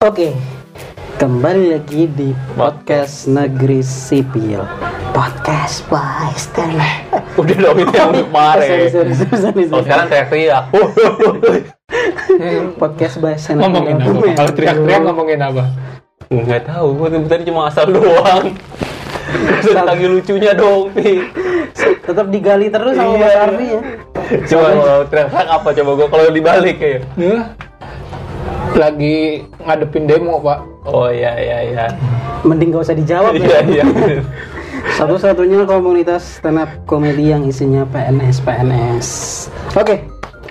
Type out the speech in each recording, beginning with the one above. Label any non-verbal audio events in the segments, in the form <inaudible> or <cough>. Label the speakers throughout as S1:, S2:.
S1: Oke, kembali lagi di podcast negeri sipil, podcast bahas tele.
S2: Udah dong itu yang
S1: Sorry,
S2: kemarin.
S1: sorry, sorry, sorry, sorry.
S2: Kalau Oh,
S1: Hmm,
S2: sekarang teriak-teriak.
S1: podcast bahas tele.
S3: ngomongin apa? Kalau teriak-teriak ngomongin apa?
S2: Enggak tahu, gua tuh tadi cuma asal doang.
S1: Asal.
S2: Lagi lucunya dong nih.
S1: tetap digali terus sama
S2: Iya.
S1: Mas Arfi ya.
S2: Coba kalau teriak-teriak apa coba gua kalau dibalik ya.
S3: Hah? Lagi ngadepin demo, Pak.
S2: Oh iya iya iya.
S1: Mending gak usah dijawab
S2: Iya
S1: ya.
S2: iya.
S1: Satu-satunya komunitas stand up komedi yang isinya PNS PNS. Oke.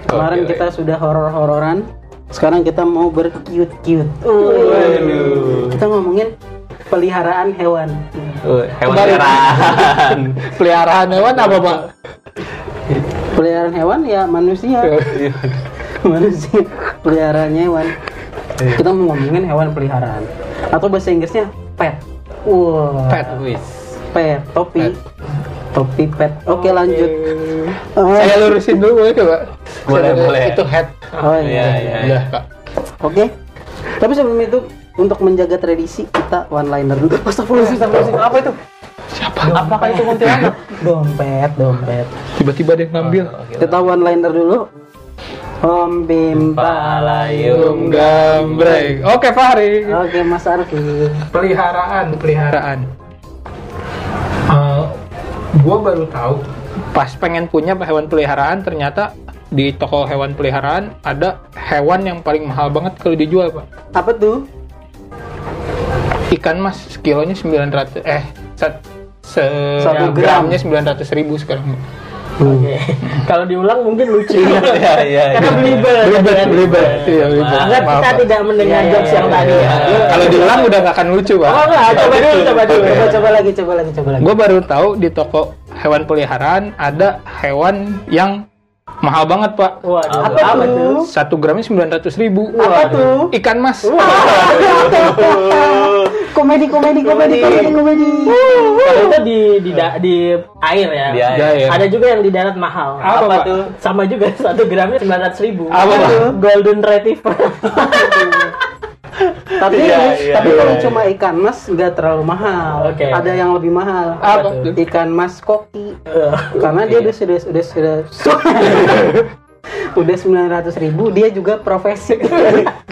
S1: Kemarin
S2: Oke,
S1: kita sudah horor-hororan. Sekarang kita mau berkiut-kiut.
S2: Waduh.
S1: Kita ngomongin peliharaan hewan.
S2: Woi, Oh, Hewan
S3: Kembali.
S2: heran.
S3: Peliharaan hewan apa, Pak?
S1: Peliharaan hewan ya manusia. manusia peliharaan hewan. Kita mau ngomongin hewan peliharaan atau bahasa Inggrisnya pet. Wah.
S3: Pet.
S2: Wis.
S1: Pet, topi. Topi pet. Oke, lanjut. Eh,
S3: Saya lurusin dulu boleh coba?
S2: Boleh,
S3: Saya-
S2: boleh.
S3: Itu head.
S1: Oh
S2: Iya
S1: iya.
S2: iya. iya.
S3: Udah, Pak.
S1: Oke. Tapi sebelum itu untuk menjaga tradisi kita one liner dulu. Astagfirullahaladzim, astagfirullahaladzim. Apa itu?
S3: Siapa?
S2: Apakah itu kuntilanak?
S1: Dompet, dompet.
S3: Tiba-tiba dia ngambil.
S2: Ah.
S1: Kita one liner dulu. Om Bim
S3: um.
S2: Palayung.
S3: Gambreng. Oke, Fahri.
S1: Oke, Mas Arfi.
S4: peliharaan peliharaan Eh, gua baru tahu
S3: Pas pengen punya hewan peliharaan, ternyata di toko hewan peliharaan ada hewan yang paling mahal banget kalau dijual, Pak.
S1: Apa tuh?
S3: ikan mas sekilonya 900 eh sat, se
S1: Satu gram.
S3: gramnya 900 ribu sekarang
S5: Kalau diulang mungkin
S2: <laughs>
S5: lucu.
S2: Iya iya.
S5: Karena
S2: iya.
S5: belibet. kan?
S3: belibet iya
S2: Maaf.
S5: Enggak, kita tidak mendengar
S1: Iya,
S5: jokes yang tadi ya.
S3: kalau diulang udah gak akan lucu
S5: Oh
S3: pak
S5: enggak, coba dulu, coba dulu.
S1: Coba coba lagi, coba lagi, coba lagi.
S3: gue baru tahu di toko hewan peliharaan ada hewan yang mahal banget pak
S5: Waduh,
S1: Apa tuh?
S3: satu gramnya 900 ribu
S1: Apa tuh?
S3: ikan mas
S1: Komedi, komedi, komedi, komedi, komedi.
S5: Kalau itu di di da- di air ya.
S2: Di air.
S3: Ya, ya.
S5: Ada juga yang di darat mahal.
S3: Apa, Pak?
S5: tuh? Sama juga <laughs> satu gramnya sembilan ratus ribu.
S3: Apa, Pak?
S5: Golden retriever. <laughs>
S1: Tapi
S2: Iya,
S1: mas,
S2: iya,
S1: tapi
S2: iya,
S1: kalau
S2: iya.
S1: cuma ikan mas nggak terlalu mahal.
S5: Oke.
S1: Ada yang lebih mahal.
S3: Apa tuh?
S1: Ikan mas koki. Karena dia udah sudah sudah sudah udah sembilan ratus ribu. Dia juga profesi.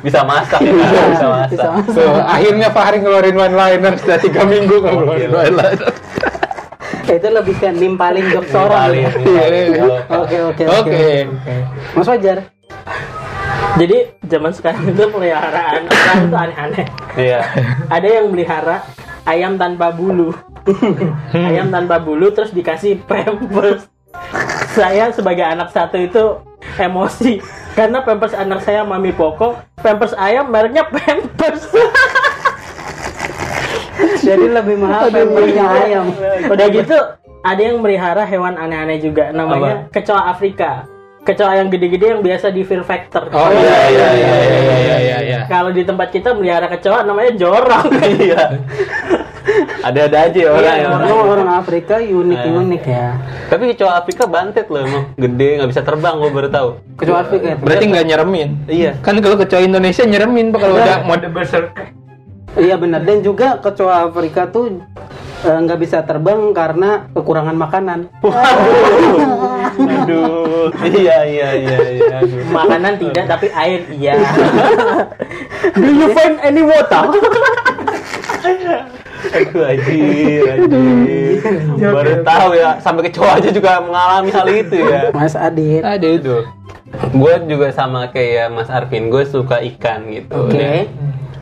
S2: Bisa masak ya. Bisa masak.
S3: Tuh, akhirnya Fahri ngeluarin one liner sudah tiga minggu nggak ngeluarin one liner
S1: Itu lebih ke nimpalin jokes orang.
S2: Paling. iya,
S1: Oke oke oke.
S3: oke
S1: Mas Fajar,
S5: Jadi zaman sekarang itu peliharaan orang itu aneh-aneh.
S2: Iya.
S5: Ada yang melihara ayam tanpa
S3: <laughs>
S5: bulu. ayam tanpa bulu terus dikasih pampers. <laughs> Saya sebagai anak satu itu emosi karena pampers anak saya Mami Poko, pampers ayam mereknya pampers. <laughs>
S1: jadi lebih mahal pembernya ayam.
S5: Udah gitu ada yang melihara hewan aneh-aneh juga namanya kecoa Afrika. Kecoa yang gede-gede yang biasa di Fear Factor.
S3: oh iya iya iya iya iya iya, iya.
S5: Kalau di tempat kita melihara kecoa namanya jorong.
S2: Iya. Ada-ada aja ya orang ya.
S1: Karena orang Afrika unik-unik ya.
S2: Tapi kecoa Afrika bantet loh emang gede nggak bisa terbang gue baru tahu.
S1: Kecuali Afrika itu.
S3: Berarti nggak nyeremin?
S2: Iya.
S3: Kan kalau kecoa Indonesia nyeremin pak kalau
S1: Iya.
S3: udah mode berserk.
S1: Iya benar dan juga kecoa Afrika tuh eh, nggak bisa terbang karena kekurangan makanan.
S2: Aduh. Iya iya iya iya. Aduh.
S5: Makanan tidak, tapi air iya. Do you find any water?
S2: Aduh anjir anjir. Baru tahu ya sampai kecoa aja juga mengalami hal itu ya.
S1: Mas Adit,
S3: Aduh.
S2: Aduh. Gue juga sama kayak Mas Arvin, gue suka ikan gitu.
S1: oke.
S2: Dan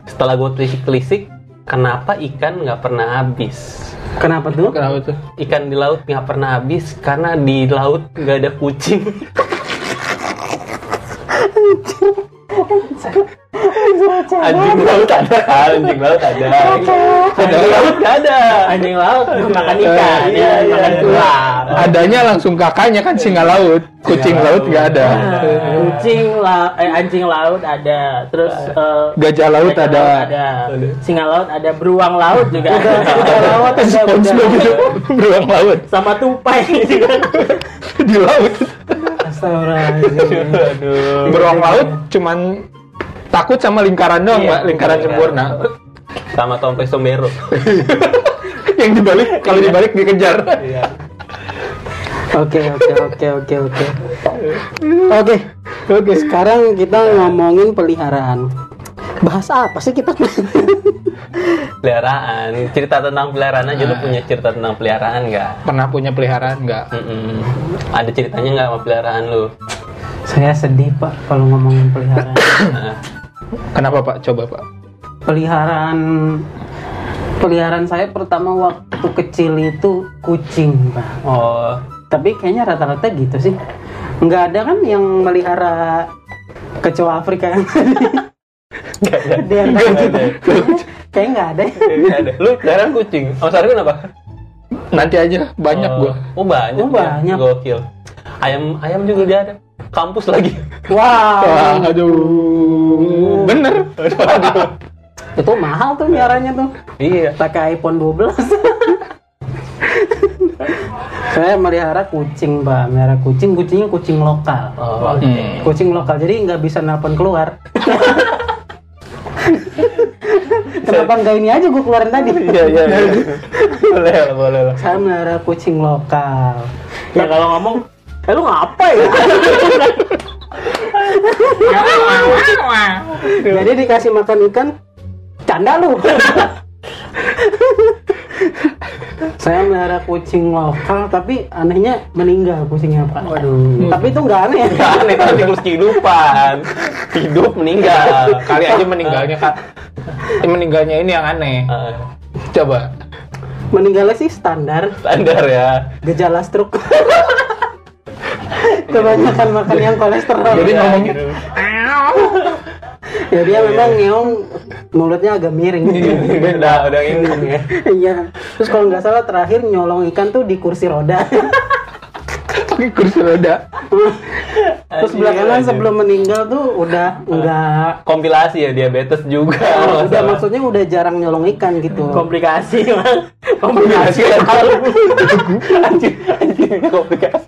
S2: Setelah gue telisik-telisik, kenapa ikan nggak pernah habis?
S1: Kenapa tuh?
S3: Kenapa tuh?
S2: Ikan di laut nggak pernah habis karena di laut nggak ada kucing. anjing laut ada kan? anjing laut ada anjing laut nggak ada
S5: Anjing laut makan ikan,
S2: Eh,
S5: ya,
S2: iya, iya,
S5: makan
S2: iya.
S5: tulang.
S3: Adanya langsung kakaknya kan singa laut, kucing laut nggak ada,
S5: Kucing laut, eh, anjing laut ada, terus eh,
S3: gajah laut
S5: gajah
S3: ada.
S5: ada, singa laut ada, beruang laut juga ada,
S1: Kelawat ada
S3: <laughs> SpongeBob itu beruang laut
S5: sama tupai juga.
S3: di laut.
S1: Astagfirullahaladzim.
S2: aduh
S3: Beruang laut cuman takut sama lingkaran doang,
S5: Iya,
S3: Mbak, lingkaran sempurna. <laughs>
S2: sama Tompe Sombero.
S3: yang dibalik kalau dibalik dikejar.
S2: Iya.
S1: Oke oke oke oke oke. Oke oke sekarang kita ngomongin peliharaan. Bahas apa sih kita?
S2: Peliharaan, cerita tentang peliharaan aja lu punya cerita tentang peliharaan nggak?
S3: Pernah punya peliharaan nggak?
S2: Mm-mm. Ada ceritanya nggak sama peliharaan lu?
S1: Saya sedih pak kalau ngomongin peliharaan.
S2: Nah,
S3: Kenapa Pak? Coba Pak.
S1: Peliharaan peliharaan saya pertama waktu kecil itu kucing pak.
S2: oh,
S1: Tapi kayaknya rata-rata gitu sih. Nggak ada kan yang melihara kecoa Afrika yang
S2: nggak ada.
S1: di antara kita. Kayaknya gitu. nggak ada. ya.
S2: Nggak ada. Lu peliharaan kucing. Om Sari kenapa?
S3: Nanti aja banyak
S2: Oh,
S3: gua.
S2: Oh banyak.
S1: Oh,
S2: ya.
S1: banyak.
S2: Gokil. Ayam ayam juga dia ada. Kampus lagi.
S1: Wow.
S3: Wah, aduh. Bener.
S1: Itu mahal tuh miaranya tuh.
S2: iya.
S1: Pakai iPhone 12. Saya melihara kucing, Mbak. Melihara kucing, kucingnya kucing lokal.
S2: Oh,
S3: Hmm.
S1: Kucing lokal, jadi nggak bisa nelpon
S2: <laughs>
S1: keluar. Kenapa nggak ini aja gue keluarin tadi?
S2: Iya iya. iya. boleh lah, boleh lah.
S1: Saya melihara kucing lokal.
S5: Ya kalau ngomong, eh lu ngapa ya?
S1: Jadi dikasih makan ikan, canda lu. Saya melihara kucing lokal, tapi anehnya meninggal kucingnya pak. Waduh. Tapi itu nggak aneh.
S2: Nggak aneh kan tikus kehidupan. Hidup meninggal.
S3: Kali <laughs> aja meninggalnya Kak. Eh, meninggalnya ini yang aneh.
S2: Eh,
S3: Coba.
S1: Meninggalnya sih standar,
S2: standar ya.
S1: gejala stroke. Kebanyakan makan yang kolesterol.
S2: Iya,
S3: Jadi ngomongnya
S2: gitu.
S1: Jadi ya memang ngeong mulutnya agak miring.
S2: Iya. udah udah nginggung ya.
S1: Iya. Terus kalau nggak salah terakhir nyolong ikan tuh di kursi roda.
S3: pakai kursi roda.
S1: Terus belakangan sebelum meninggal tuh udah nggak
S2: kompilasi ya diabetes juga.
S1: udah maksudnya udah jarang nyolong ikan gitu.
S5: Komplikasi mas.
S2: kompilasi kan <laughs> anjir anjir komplikasi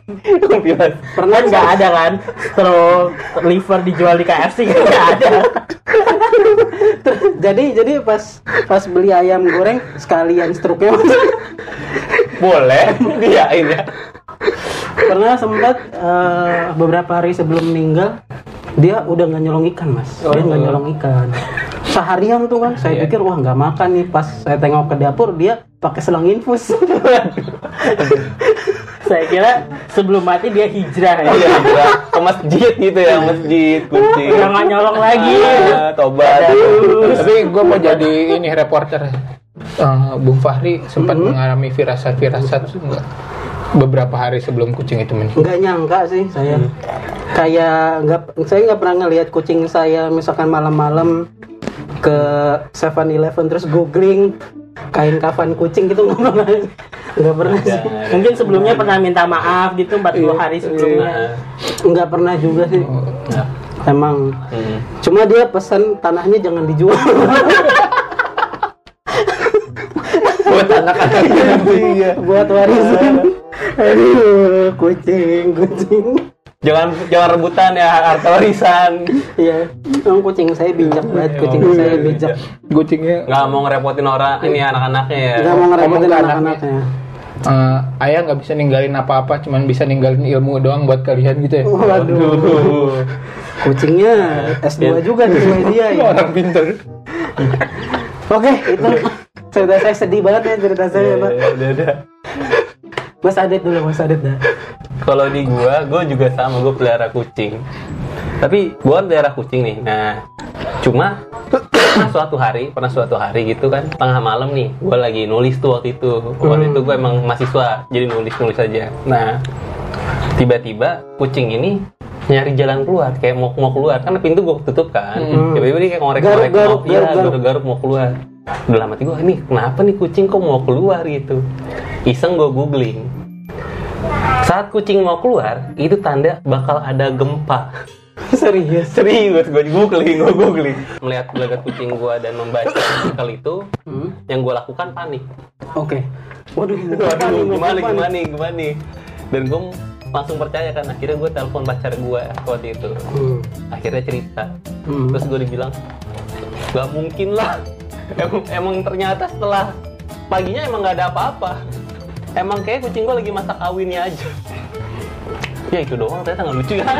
S2: kompilasi
S5: Pernah nggak ada kan? Terus liver dijual di KFC kan nggak ada.
S1: jadi jadi pas pas beli ayam goreng sekalian struknya <laughs>
S2: boleh diain ya
S1: pernah sempat eh, beberapa hari sebelum meninggal dia udah nggak nyolong ikan mas dia nggak nyolong ikan seharian tuh kan saya pikir wah nggak makan nih pas saya tengok ke dapur dia pakai selang infus <laughs>
S5: Saya kira sebelum mati dia hijrah ya.
S2: Iya, gila. ke masjid gitu ya masjid kucing
S5: Udah nggak nyolong lagi.
S2: Ah, tobat
S3: Tapi gue mau jadi ini reporter. Eh, Bung Fahri sempat mengalami firasat-firasat enggak? beberapa hari sebelum kucing itu meninggal.
S1: nggak nyangka sih saya kayak nggak saya nggak pernah ngelihat kucing saya misalkan malam-malam ke 7-Eleven terus googling kain kafan kucing gitu <laughs> nggak pernah nggak pernah
S2: Iya.
S1: sih
S5: Mungkin sebelumnya pernah minta maaf gitu 40 hari sebelumnya.
S1: nggak pernah juga sih emang
S2: Hmm.
S1: cuma dia pesan tanahnya jangan dijual <laughs>
S3: Buat anak-anak.
S1: buat warisan aduh kucing kucing
S2: jangan jangan rebutan ya harta warisan
S1: ya emang kucing saya bijak banget kucing saya bijak
S3: Iya, Kucingnya
S2: nggak mau ngerepotin orang ini anak-anaknya ya
S1: nggak mau ngerepotin
S3: Ngomong ke
S1: anak-anaknya
S3: Eh, ayah nggak bisa ninggalin apa-apa, cuman bisa ninggalin ilmu doang buat kalian gitu ya.
S1: Uh. waduh
S2: Tuh.
S1: kucingnya S2 juga di dia ya
S3: Orang pinter.
S1: Oke, itu cerita saya sedih banget ya cerita saya, Pak.
S2: Ya, udah, udah.
S1: Mas Adit dulu, Mas Adit dah.
S2: Kalau di gua, gua juga sama, gua pelihara kucing. Tapi gua kan pelihara kucing nih. Nah, cuma pernah suatu hari, pernah suatu hari gitu kan, tengah malam nih, gua lagi nulis tuh waktu itu. Waktu itu gua emang mahasiswa, jadi nulis-nulis aja. Nah, tiba-tiba kucing ini nyari jalan keluar kayak mau mau keluar karena pintu gua tutup kan tiba-tiba dia kayak ngorek-ngorek
S1: Garuk, garuk,
S2: mau- iya,
S1: garuk, garuk.
S2: garuk-garuk mau keluar dalam hati gua ini kenapa nih kucing kok mau keluar gitu iseng gua googling saat kucing mau keluar, itu tanda bakal ada gempa.
S1: Serius.
S2: <laughs> Serius, gue googling, gue googling. Melihat gelagat kucing gue dan <laughs> membaca artikel itu, yang gue lakukan panik.
S1: Oke. Waduh,
S2: Waduh, gimana, gimana, gimana. Dan gue langsung percaya kan akhirnya gue telepon pacar gue waktu itu
S1: Hmm.
S2: akhirnya cerita
S1: Hmm.
S2: terus gue dibilang gak mungkin lah <laughs> emang, emang ternyata setelah paginya emang gak ada apa-apa emang kayak kucing gue lagi masak awinnya aja <laughs> ya itu doang ternyata nggak lucu ya <laughs>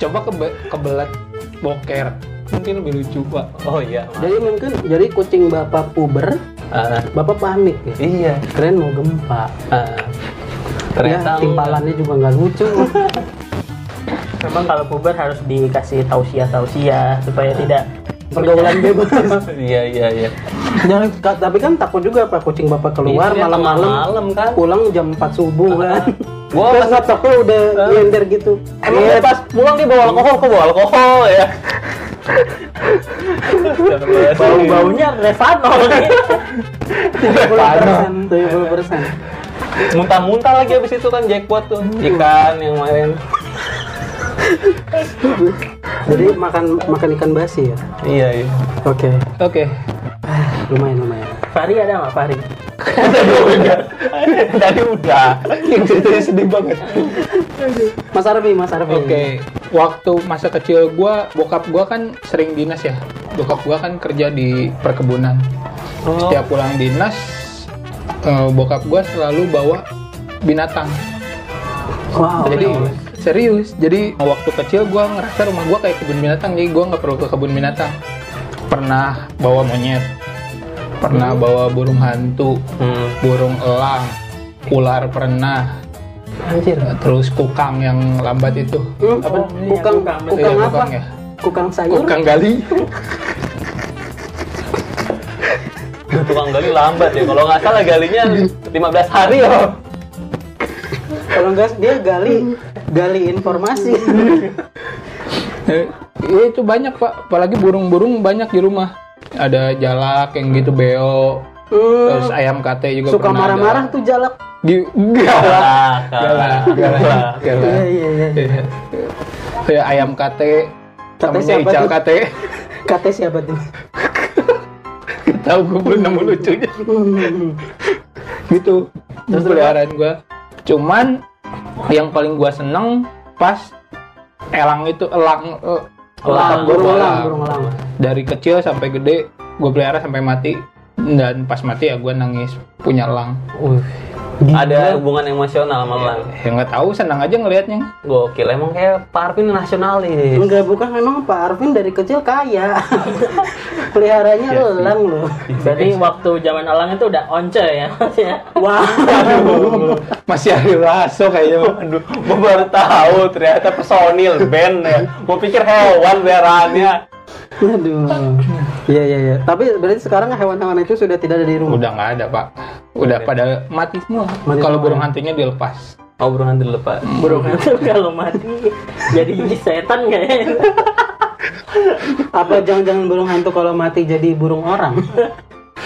S3: Coba kebe- kebelet boker. Mungkin lebih lucu, Pak.
S2: oh iya maaf.
S1: Jadi mungkin jadi kucing bapak puber,
S2: Ah,
S1: bapak panik ya.
S2: iya
S1: Keren mau gempa.
S2: Ah,
S1: Ternyata
S2: ternyata
S1: timpalannya Iya, juga nggak lucu.
S5: Memang kalau puber harus dikasih tausiah-tausiah supaya tidak
S1: Pergaulan
S5: <laughs>
S1: bebas.
S2: <laughs> iya iya iya
S1: Jangan, ka- tapi kan takut juga pak kucing bapak keluar
S2: Iya,
S1: malam-malam
S2: malam kan
S1: pulang jam 4 subuh kan.
S2: Gua
S1: Gua nggak tahu udah nyender gitu.
S2: Emang
S1: Iya,
S2: dia pas pulang dia bawa alkohol, kok bawa alkohol <laughs> ya? Iya.
S5: bau-baunya Revanol nih.
S1: 70%, 70%.
S2: Muntah-muntah lagi abis itu kan jackpot tuh Ikan yang kemarin
S1: Jadi makan makan ikan basi ya.
S2: Iya iya
S1: Oke.
S3: Oke.
S1: Lumayan lumayan.
S5: Fahri ada nggak Fahri?
S2: Tadi udah Tadi udah
S3: Yang ceritanya sedih banget.
S1: Mas Arfi, Mas Arfi.
S3: Oke, waktu masa kecil gua, bokap gua kan sering dinas ya. Bokap gua kan kerja di perkebunan. Setiap pulang dinas, eh, bokap gua selalu bawa binatang.
S1: Wow.
S3: jadi serius. Jadi waktu kecil gua ngerasa rumah gua kayak kebun binatang, jadi gua nggak perlu ke kebun binatang. Pernah bawa monyet, pernah bawa burung hantu,
S2: Hmm.
S3: burung elang, ular pernah,
S5: Anjir.
S3: terus kukang yang lambat itu.
S1: Hmm, Kukang,
S5: Kukang,
S1: kukang
S3: iya,
S1: apa?
S3: kukang ya.
S1: Kukang sayur.
S3: Kukang <laughs> gali.
S2: Tukang gali lambat ya, kalau nggak salah galinya 15 hari loh
S1: Kalau enggak dia gali gali informasi.
S3: Eh, itu banyak pak, apalagi burung-burung banyak di rumah. Ada jalak yang gitu beo, terus ayam kate
S1: Hmm.
S3: juga
S1: Suka
S3: pernah ada.
S1: marah-marah tuh jalak.
S3: Di galak,
S2: Kalah, <laughs>
S3: galak,
S2: kalah
S3: galak, galak.
S1: Iya iya iya.
S3: Iya. Kayak Ya, ayam kate,
S1: Kate
S3: temennya
S1: siapa
S3: ical
S1: tuh?
S3: kate. <laughs>
S1: Kata siapa tuh?
S3: Gak Tahu gue belum nemu lucunya. gitu. Terus peliharaan gue. Cuman yang paling gue seneng pas elang itu elang. eh,
S2: Elang,
S3: gua
S1: burung
S3: bawa
S1: elang, burung elang.
S3: dari kecil sampai gede gue pelihara sampai mati dan pas mati ya gue nangis punya elang
S2: Ada hubungan emosional sama Lang
S3: ya nggak tahu senang aja ngelihatnya
S1: <laughs>
S2: Gokil, emang kayak Pak Arvin nasionalis
S1: Enggak bukan memang Pak Arvin dari kecil kaya. <laughs> Peliharanya elang loh.
S5: Berarti waktu zaman alang itu udah once ya Mas ya.
S1: Wah.
S3: masih ada laso kayaknya
S2: Aduh, gue baru tahu ternyata personil band ya. Gue pikir hewan beraannya.
S1: Aduh. Iya iya iya. Tapi berarti sekarang hewan-hewan itu sudah tidak ada di rumah.
S3: udah nggak ada pak udah pada mati semua
S1: Mati
S3: kalau
S1: semua.
S3: burung hantunya dilepas
S2: Obrolan dulu pak.
S5: Burung itu kalau mati jadi setan kayaknya.
S1: Apa jangan-jangan burung hantu kalau mati jadi burung orang?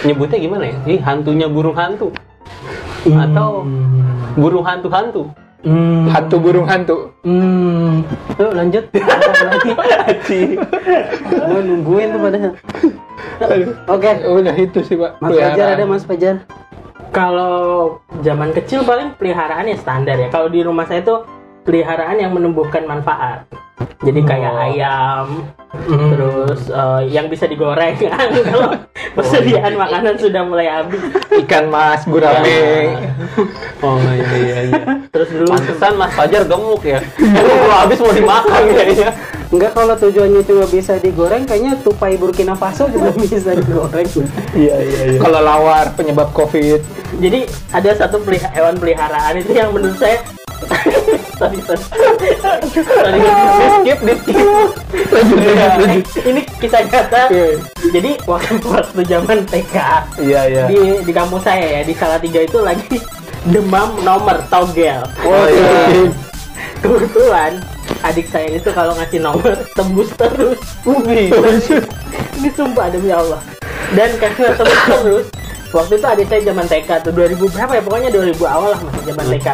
S2: Nyebutnya gimana ya? Ih, hantunya burung hantu. Hmm. Atau burung hantu-hantu.
S1: Hmm.
S3: hantu burung hantu
S1: Hmm. Yuk lanjut. Lagi. Gua nungguin tuh padahal. Oke.
S3: Ya udah itu sih pak
S1: Mas Fajar
S3: Peliharaan.
S1: ada Mas Fajar.
S5: Kalau zaman kecil paling peliharaan ya standar ya. Kalau di rumah saya tuh peliharaan yang menumbuhkan manfaat. Jadi kayak ayam, terus eh, yang bisa digoreng <laughs> kan kalau persediaan makanan sudah mulai habis.
S3: ikan mas gurame
S2: <laughs> Oh iya iya iya.
S5: Terus dulu
S2: Pantesan Mas Fajar gemuk ya. Kalau habis mau dimakan kayaknya.
S1: Enggak kalau tujuannya cuma bisa digoreng kayaknya tupai Burkina Faso juga <laughs> bisa digoreng.
S2: Iya iya iya.
S3: kalau lawar penyebab covid
S5: jadi ada satu pelih- hewan peliharaan itu yang menurut saya <laughs> sorry, sorry. Sorry.
S2: Di skip, di skip.
S5: Eh, ini kita nyata jadi waktu waktu zaman TK
S2: Iya iya.
S5: di di kampus saya ya di Salatiga itu lagi <laughs> demam nomor togel
S2: Oh iya.
S5: kebetulan adik saya itu kalau ngasih nomor tembus terus <laughs> ini sumpah demi Allah dan karena tembus terus waktu itu adik saya zaman TK tuh 2000 berapa ya pokoknya 2000 awal lah masih zaman TK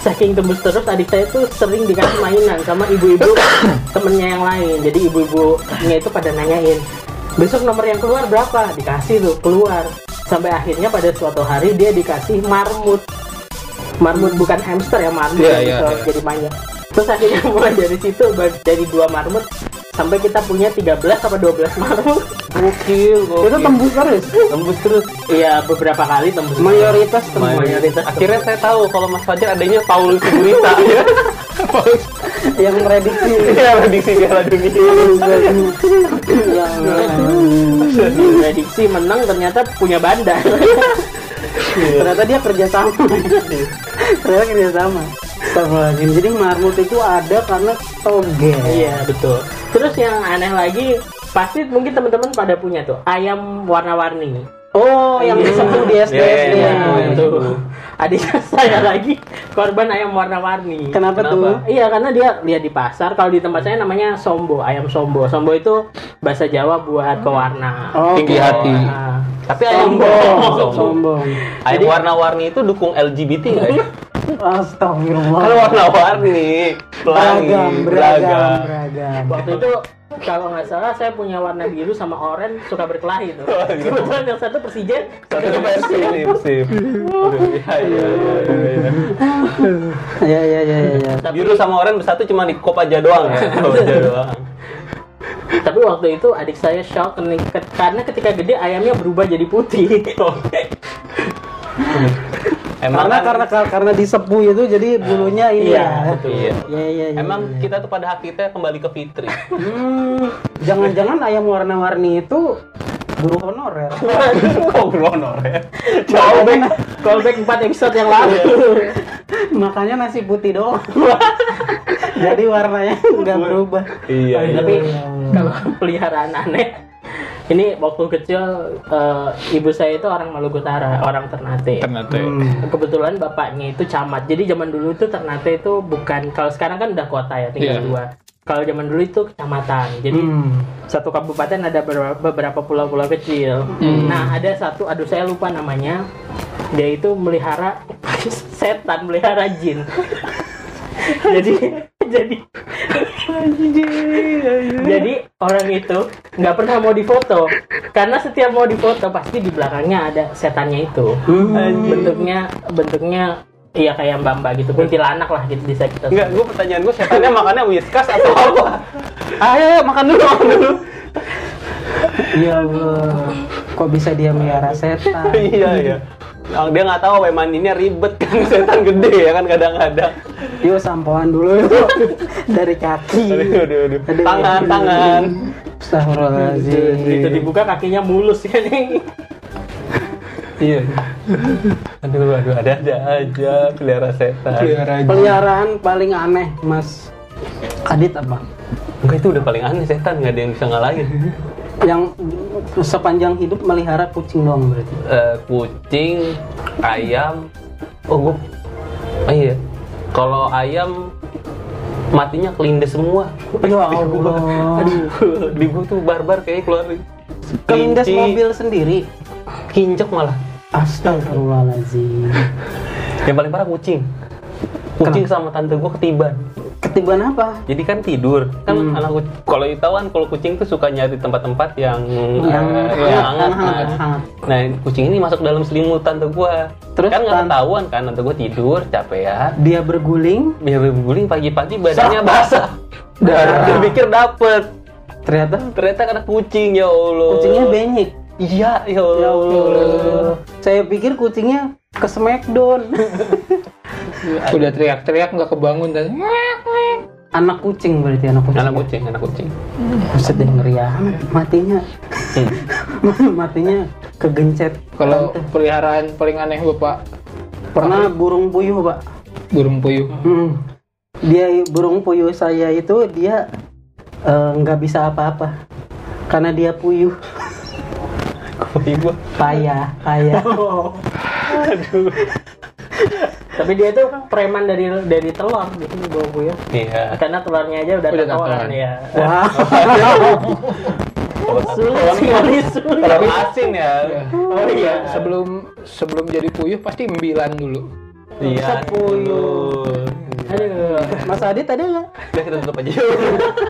S5: saking tembus terus adik saya tuh sering dikasih mainan sama ibu-ibu temennya yang lain jadi ibu-ibunya itu pada nanyain besok nomor yang keluar berapa dikasih tuh keluar sampai akhirnya pada suatu hari dia dikasih marmut marmut bukan hamster ya marmut
S3: Iya,
S5: yang
S3: iya,
S5: bisa
S3: iya.
S5: jadi manja terus akhirnya <laughs> mulai dari situ ba- dari dua marmut sampai kita punya 13 apa 12 marmut
S1: Itu
S2: Gokil, gokil.
S1: tembus terus.
S2: Tembus terus.
S5: iya beberapa kali tembus
S1: Mayoritas tembus.
S5: Mayoritas. Iya,
S2: Akhirnya saya tahu kalau Mas Fajar adanya Paulus
S5: <laughs>
S2: Gurita ya.
S1: <laughs> yang prediksi.
S2: Iya, prediksi Piala Dunia.
S1: yang
S5: prediksi menang ternyata punya
S2: <laughs>
S5: bandar
S1: ternyata dia kerja sama. ternyata kerja sama. Astagfirullahaladzim. Jadi marmut itu ada karena toge.
S5: iya betul terus yang aneh lagi pasti mungkin teman-teman pada punya tuh ayam warna-warni
S1: Oh, yang disebut di SD.
S2: Iya, iya,
S5: Nah,
S2: iya.
S5: itu adiknya saya lagi korban ayam warna-warni
S1: Kenapa, tuh?
S5: Iya karena dia lihat di pasar. Kalau di tempat saya namanya sombo, ayam sombo. Sombo itu bahasa Jawa buat pewarna.
S1: Oh,
S3: tinggi
S1: oke.
S2: Iya.
S3: hati
S5: Nah,
S2: Tapi ayam
S1: Sombong.
S2: sombong.
S1: Sombong.
S2: Ayam warna-warni itu dukung LGBT nggak ya?
S1: Astagfirullah.
S2: Kan warna-warni, pelangi,
S1: beragam, beragam,
S2: beragam.
S1: beragam.
S5: waktu itu kalau nggak salah saya punya warna biru sama oranye suka berkelahi tuh. Kebetulan yang satu Persija,
S2: Satu persib, persib. Aduh, Iya, iya, iya, iya.
S1: Ya, ya, ya, ya, ya.
S5: tapi
S2: Biru sama oranye bersatu cuma di Kopaja doang ya. Kopaja doang.
S5: tapi waktu itu adik saya shock nih, ke- karena ketika gede ayamnya berubah jadi putih.
S2: Emang
S1: Karena
S2: kan-
S1: karena karena disepu itu jadi bulunya ini ya.
S5: Iya, betul.
S2: Iya.
S1: Ya, ya, ya,
S2: Emang
S1: ya.
S2: kita tuh pada hakikatnya kembali ke Fitri.
S1: Hmm, jangan-jangan ayam warna-warni itu guru
S2: <laughs>
S1: honorer.
S2: Kok honor ya?
S5: callback, callback 4 episode yang lalu.
S1: Makanya nasi putih
S2: <laughs>
S1: doang. Jadi warnanya nggak berubah.
S2: Iya, iya.
S5: tapi kalau peliharaan aneh ini waktu kecil eh, ibu saya itu orang Maluku Utara orang Ternate
S3: ternyata
S1: Hmm.
S5: kebetulan bapaknya itu camat jadi zaman dulu itu Ternate itu bukan kalau sekarang kan udah kota ya tinggal
S3: Iya.
S5: dua kalau zaman dulu itu kecamatan jadi
S1: Hmm.
S5: satu kabupaten ada ber- beberapa pulau-pulau kecil nah ada satu aduh saya lupa namanya dia itu melihara <laughs> setan melihara jin <laughs> jadi <laughs> jadi jadi orang itu nggak pernah mau difoto karena setiap mau difoto pasti di belakangnya ada setannya itu bentuknya bentuknya iya kayak mbak mbak gitu kuntilanak lah gitu bisa
S2: <laughs>
S5: kita
S2: Enggak, gue pertanyaan gue setannya makannya whiskas <laughs> atau apa? Ah, iya,
S1: Ayo, ayo, makan dulu, makan dulu. ya Allah, kok bisa dia melihara setan?
S2: <laughs> iya, iya. Nah, dia nggak tahu apa mandinya ribet kan <laughs> setan gede ya kan kadang-kadang.
S1: Yuk sampoan dulu <laughs> yuk. dari kaki.
S2: Aduh, aduh, Iya. aduh.
S1: Aduh.
S2: Tangan, tangan.
S5: itu
S1: Astagfirullahaladzim.
S5: dibuka kakinya mulus <laughs> kan
S2: Iya. Aduh, aduh, ada ada aja pelihara setan.
S3: pelihara aja.
S1: Peliharaan paling aneh, Mas Adit apa?
S2: Enggak itu udah paling aneh setan nggak ada yang bisa ngalahin.
S1: Yang sepanjang hidup melihara kucing doang berarti.
S2: Eh, kucing, ayam. Oh, gue. Oh, iya. Kalau ayam matinya kelindes semua.
S1: Ya Allah.
S2: Aduh, <laughs> di gua tuh barbar kayaknya keluar
S1: Kelindas
S2: Kelinci,
S1: mobil sendiri.
S2: Kinjek malah
S1: Astagfirullahaladzim.
S2: Yang paling parah kucing Kucing sama tante gua ketiban
S1: Ketiban apa?
S2: Jadi kan tidur Kan
S1: Hmm.
S2: anak kucing Kalau itu kan kalau kucing tuh suka nyari tempat-tempat yang
S1: Yang
S2: eh,
S1: Iya. hangat,
S2: yang
S1: yang
S2: hangat,
S1: hangat,
S2: nah.
S1: hangat.
S2: Nah kucing ini masuk dalam selimut tante gua
S1: Terus
S2: Kan
S1: tan-
S2: nggak ketahuan kan Tante gua tidur capek ya
S1: Dia berguling,
S2: Biar berguling Ya, pagi-pagi badannya basah
S1: Darah.
S2: <laughs> Dia pikir dapet
S1: ternyata
S2: Ternyata karena kucing ya Allah
S1: kucingnya benyek.
S2: Iya ya
S1: Ya
S2: Allah
S1: Allah. Saya pikir kucingnya ke Smackdown.
S3: udah teriak-teriak nggak kebangun dan
S1: anak kucing berarti anak kucing.
S2: Anak kucing, anak kucing.
S1: Buset deh ngeri amat. Matinya. <laughs> Matinya kegencet.
S3: kalau peliharaan paling aneh bapak
S1: Pernah burung puyuh, Pak.
S3: burung puyuh
S1: Hmm. Dia burung puyuh saya itu dia eh, nggak bisa apa-apa karena dia puyuh
S2: Kopi gua.
S1: payah payah
S5: tapi dia itu preman dari dari telur gitu bawa ya
S2: Iya.
S5: karena telurnya aja udah,
S3: Udah
S5: tatoran
S3: tatoan.
S5: ya
S1: wah
S5: sulit sekali <laughs> sulit
S2: Kalau asin ya.
S5: oh iya
S3: sebelum sebelum jadi puyuh pasti embilan dulu
S2: Iya. Sepuluh.
S5: aduh
S1: Mas Adit ada nggak
S2: Udah kita tutup aja. <laughs>